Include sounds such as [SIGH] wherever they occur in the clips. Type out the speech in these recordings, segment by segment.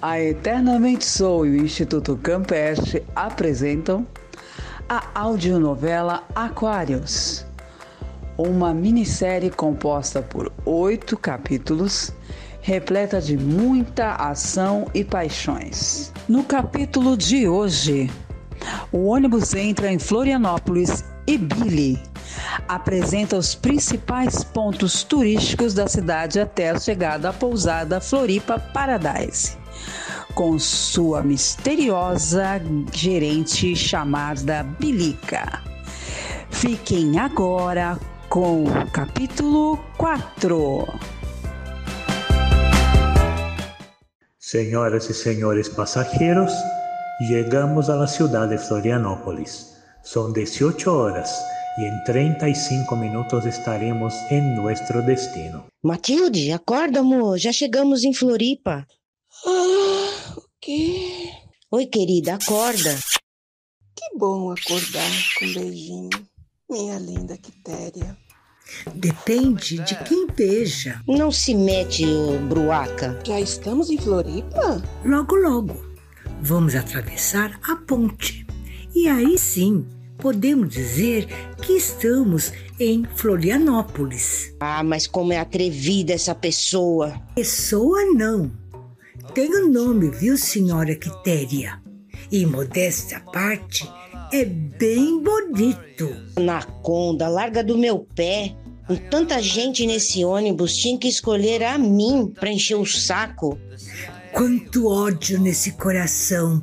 A Eternamente Sou e o Instituto Campestre apresentam a audionovela Aquários, uma minissérie composta por oito capítulos, repleta de muita ação e paixões. No capítulo de hoje, o ônibus entra em Florianópolis e Billy apresenta os principais pontos turísticos da cidade até a chegada à pousada Floripa Paradise, com sua misteriosa gerente chamada Bilica. Fiquem agora com o capítulo 4. Senhoras e senhores passageiros, chegamos à cidade de Florianópolis. São 18 horas y en 35 minutos estaremos en nuestro destino. Matilde, acorda, amor. Já chegamos em Floripa. Ah, o quê? Oi, querida, acorda. Que bom acordar com um beijinho, minha linda Quitéria. Depende de quem beija. Não se mete, ô, bruaca. Já estamos em Floripa? Logo, logo. Vamos atravessar a ponte. E aí sim, podemos dizer que estamos em Florianópolis. Ah, mas como é atrevida essa pessoa. Pessoa não. Tem o um nome, viu, senhora Quitéria? E modesta parte, é bem bonito. Anaconda, larga do meu pé. Com tanta gente nesse ônibus, tinha que escolher a mim para encher o saco. Quanto ódio nesse coração.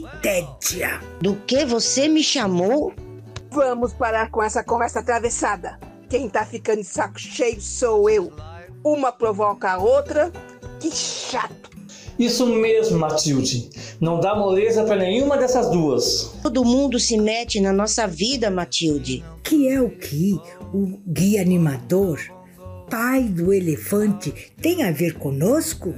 Quitédia. Do que você me chamou? Vamos parar com essa conversa atravessada. Quem tá ficando de saco cheio sou eu. Uma provoca a outra. Que chato. Isso mesmo, Matilde. Não dá moleza para nenhuma dessas duas. Todo mundo se mete na nossa vida, Matilde. Que é o que o guia animador, pai do elefante, tem a ver conosco?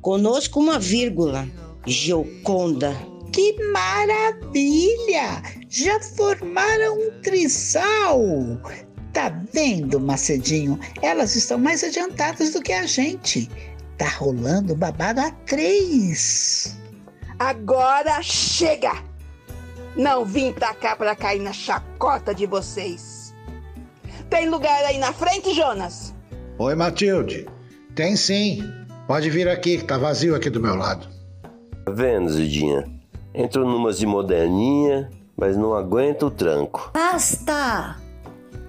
Conosco uma vírgula. Gioconda. Que maravilha! Já formaram um trisal! Tá vendo, Macedinho? Elas estão mais adiantadas do que a gente. Tá rolando babado a três. Agora chega! Não vim pra cá pra cair na chacota de vocês. Tem lugar aí na frente, Jonas? Oi, Matilde. Tem sim. Pode vir aqui, que tá vazio aqui do meu lado Tá vendo, Zidinha? Entro numas de moderninha, mas não aguento o tranco. Basta!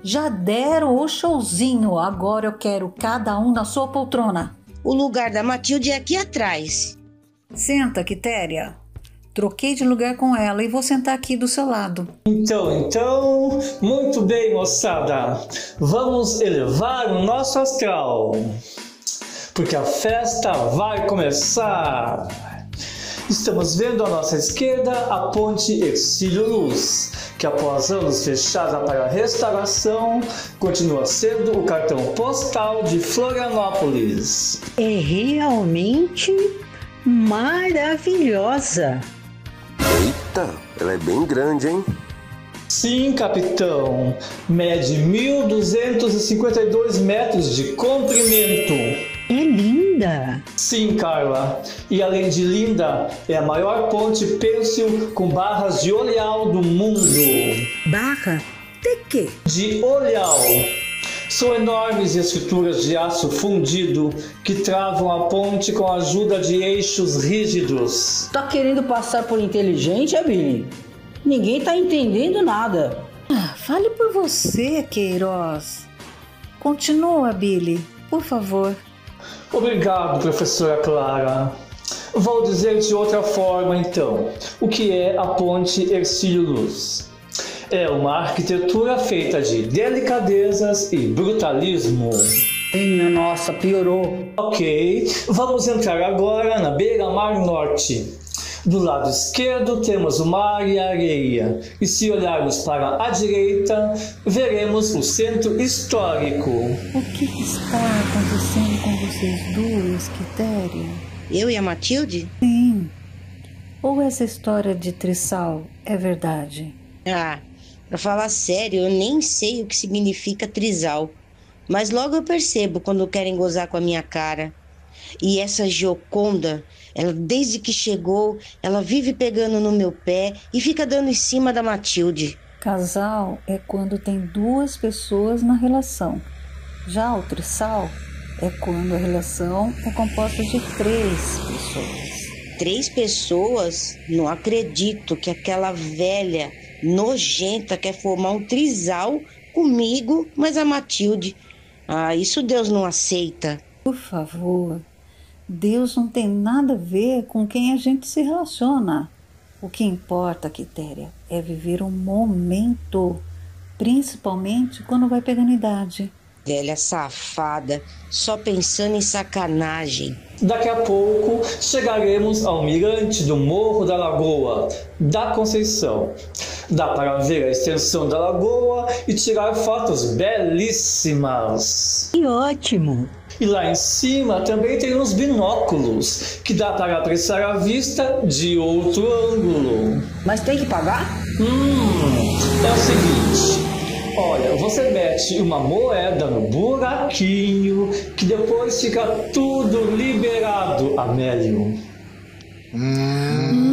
Já deram o showzinho, agora eu quero cada um na sua poltrona. O lugar da Matilde é aqui atrás. Senta, Quitéria. Troquei de lugar com ela e vou sentar aqui do seu lado. Então, então, muito bem, moçada. Vamos elevar o nosso astral. Porque a festa vai começar. Estamos vendo à nossa esquerda a ponte Exílio Luz, que após anos fechada para restauração, continua sendo o cartão postal de Florianópolis. É realmente maravilhosa. Eita, ela é bem grande, hein? Sim, capitão. Mede 1.252 metros de comprimento. É linda! Sim, Carla. E além de linda, é a maior ponte pêncil com barras de oleal do mundo. Barra de quê? De oleal. São enormes estruturas de aço fundido que travam a ponte com a ajuda de eixos rígidos. Tá querendo passar por inteligente, é, Billy? Ninguém tá entendendo nada. Ah, fale por você, Queiroz. Continua, Billy, por favor. Obrigado, professora Clara. Vou dizer de outra forma, então, o que é a Ponte Ercílio Luz. É uma arquitetura feita de delicadezas e brutalismo. Minha nossa, piorou. Ok, vamos entrar agora na beira-mar norte. Do lado esquerdo temos o mar e a areia, e se olharmos para a direita, veremos o centro histórico. O que está acontecendo com vocês duas, Quitéria? Eu e a Matilde? Sim. Ou essa história de Trissal é verdade? Ah, pra falar sério, eu nem sei o que significa Trisal. Mas logo eu percebo quando querem gozar com a minha cara. E essa Gioconda, ela desde que chegou, ela vive pegando no meu pé e fica dando em cima da Matilde. Casal é quando tem duas pessoas na relação. Já o trisal é quando a relação é composta de três pessoas. Três pessoas? Não acredito que aquela velha nojenta quer formar um trisal comigo, mas a Matilde. Ah, isso Deus não aceita. Por favor, Deus não tem nada a ver com quem a gente se relaciona. O que importa, Quitéria, é viver o um momento, principalmente quando vai pegando idade. Velha safada, só pensando em sacanagem. Daqui a pouco chegaremos ao mirante do Morro da Lagoa da Conceição. Dá para ver a extensão da lagoa e tirar fotos belíssimas. Que ótimo! E lá em cima também tem uns binóculos que dá para apreciar a vista de outro ângulo. Mas tem que pagar? Hum, é o seguinte. Olha, você mete uma moeda no buraquinho que depois fica tudo liberado, Amélio. Hum.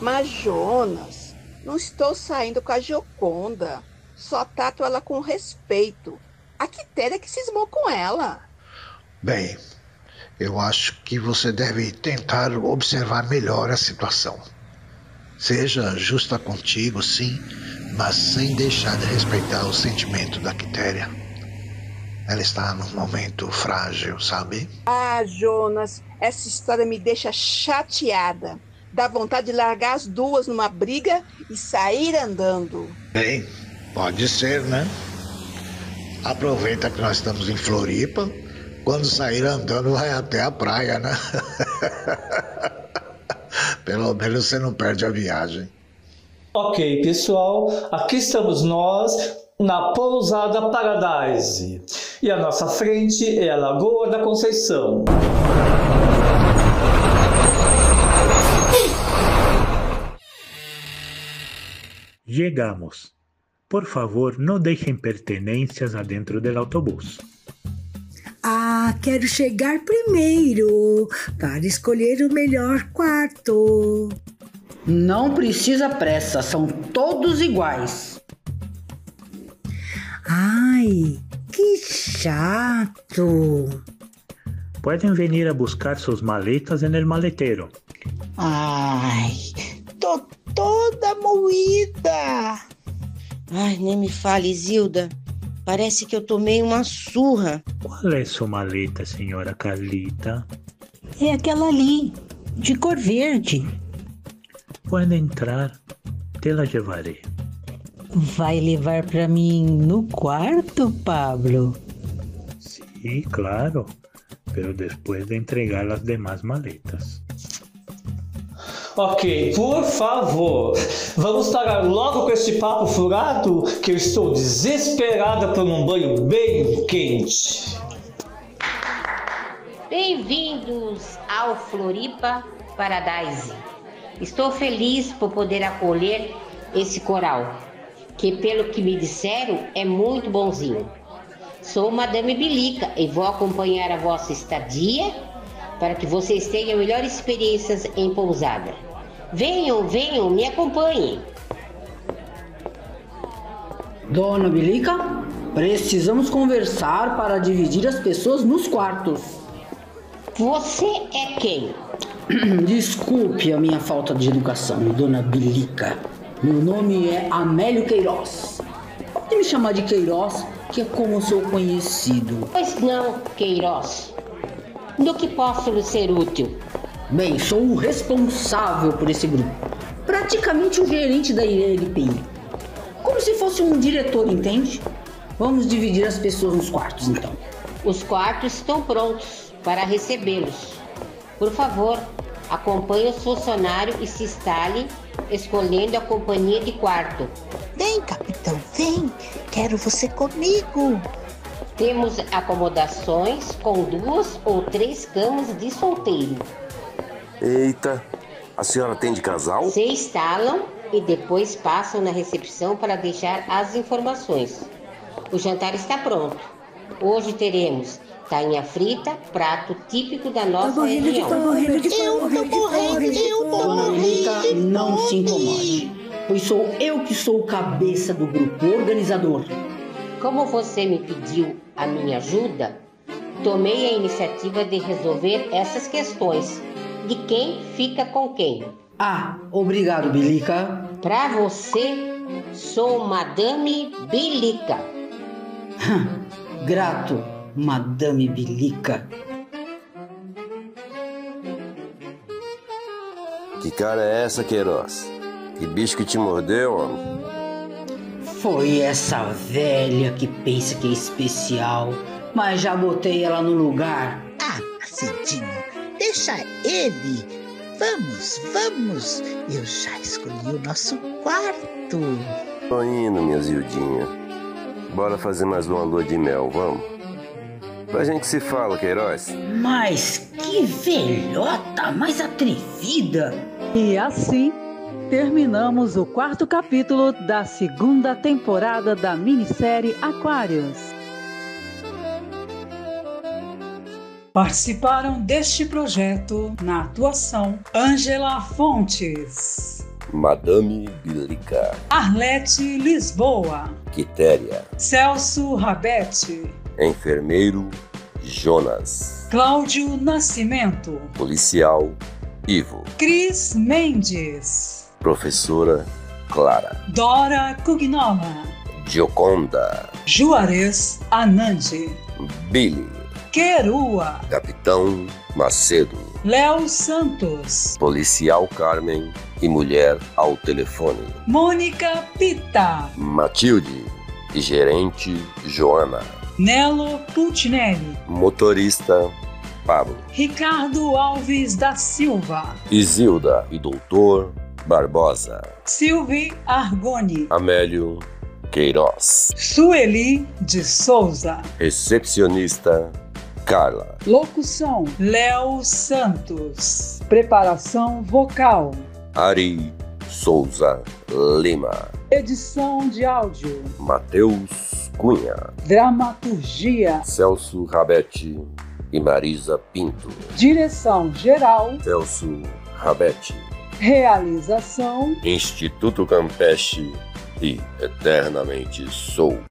Mas Jonas, não estou saindo com a Gioconda. Só trato ela com respeito. A Quitéria que cismou com ela. Bem, eu acho que você deve tentar observar melhor a situação. Seja justa contigo, sim, mas sem deixar de respeitar o sentimento da Quitéria. Ela está num momento frágil, sabe? Ah, Jonas, essa história me deixa chateada. Dá vontade de largar as duas numa briga e sair andando. Bem, pode ser, né? Aproveita que nós estamos em Floripa. Quando sair andando, vai até a praia, né? [LAUGHS] Pelo menos você não perde a viagem. Ok, pessoal, aqui estamos nós na pousada Paradise. E à nossa frente é a Lagoa da Conceição. Chegamos. Por favor, não deixem pertenências adentro do autobús. Ah, quero chegar primeiro para escolher o melhor quarto. Não precisa pressa, são todos iguais. Ai, que chato. Podem vir a buscar suas maletas no maletero. Ai, tô toda moída. Ai, nem me fale, Zilda. Parece que eu tomei uma surra. Qual é sua maleta, senhora Carlita? É aquela ali, de cor verde. Quando entrar, te la levarei. Vai levar para mim no quarto, Pablo? Sim, sí, claro. Pero depois de entregar as demais maletas. Ok, por favor, vamos parar logo com esse papo furado que eu estou desesperada por um banho bem quente. Bem-vindos ao Floripa Paradise. Estou feliz por poder acolher esse coral, que pelo que me disseram é muito bonzinho. Sou Madame Bilica e vou acompanhar a vossa estadia para que vocês tenham melhores experiências em pousada. Venham, venham, me acompanhem. Dona Bilica, precisamos conversar para dividir as pessoas nos quartos. Você é quem? [CLEARS THROAT] Desculpe a minha falta de educação, Dona Bilica. Meu nome é Amélio Queiroz. Pode me chamar de Queiroz, que é como sou conhecido. Pois não, Queiroz. No que posso lhe ser útil? Bem, sou o responsável por esse grupo. Praticamente o gerente da ILPI. Como se fosse um diretor, entende? Vamos dividir as pessoas nos quartos, então. Os quartos estão prontos para recebê-los. Por favor, acompanhe o funcionário e se instale escolhendo a companhia de quarto. Vem, capitão, vem. Quero você comigo. Temos acomodações com duas ou três camas de solteiro. Eita, a senhora tem de casal? Se instalam e depois passam na recepção para deixar as informações. O jantar está pronto. Hoje teremos tainha frita, prato típico da nossa Tô Tá morrendo de região. fome, morrendo de fome, Eu tô morrendo de fome, morrendo de Dona Anitta não se incomode, pois sou eu que sou o cabeça do grupo, o organizador. Como você me pediu a minha ajuda, tomei a iniciativa de resolver essas questões. De quem fica com quem? Ah, obrigado, Bilica. Pra você, sou Madame Bilica. Grato, Madame Bilica. Que cara é essa, Queiroz? Que bicho que te mordeu, homem? Foi essa velha que pensa que é especial, mas já botei ela no lugar. Ah, Cidinho, deixa ele. Vamos, vamos. Eu já escolhi o nosso quarto. Tô indo, minha Zildinha. Bora fazer mais uma lua de mel, vamos? Pra gente se fala, Queiroz. Mas que velhota mais atrevida! E assim terminamos o quarto capítulo da segunda temporada da minissérie Aquários. Participaram deste projeto na atuação Ângela Fontes, Madame Bilica, Arlete Lisboa, Quitéria, Celso Rabete, Enfermeiro Jonas, Cláudio Nascimento, Policial Ivo, Cris Mendes, Professora Clara, Dora Cugnola, Gioconda, Juarez Anandi, Billy, Querua, Capitão Macedo, Léo Santos, Policial Carmen e Mulher ao Telefone, Mônica Pita, Matilde e Gerente Joana, Nelo Putinelli, Motorista Pablo, Ricardo Alves da Silva, Isilda e Doutor Barbosa, Silvi Argoni, Amélio Queiroz, Sueli de Souza, Recepcionista Carla, Locução: Léo Santos, Preparação vocal, Ari Souza Lima, Edição de áudio, Matheus Cunha, Dramaturgia, Celso Rabete e Marisa Pinto, Direção Geral, Celso Rabete, Realização. Instituto Campeche e Eternamente Sou.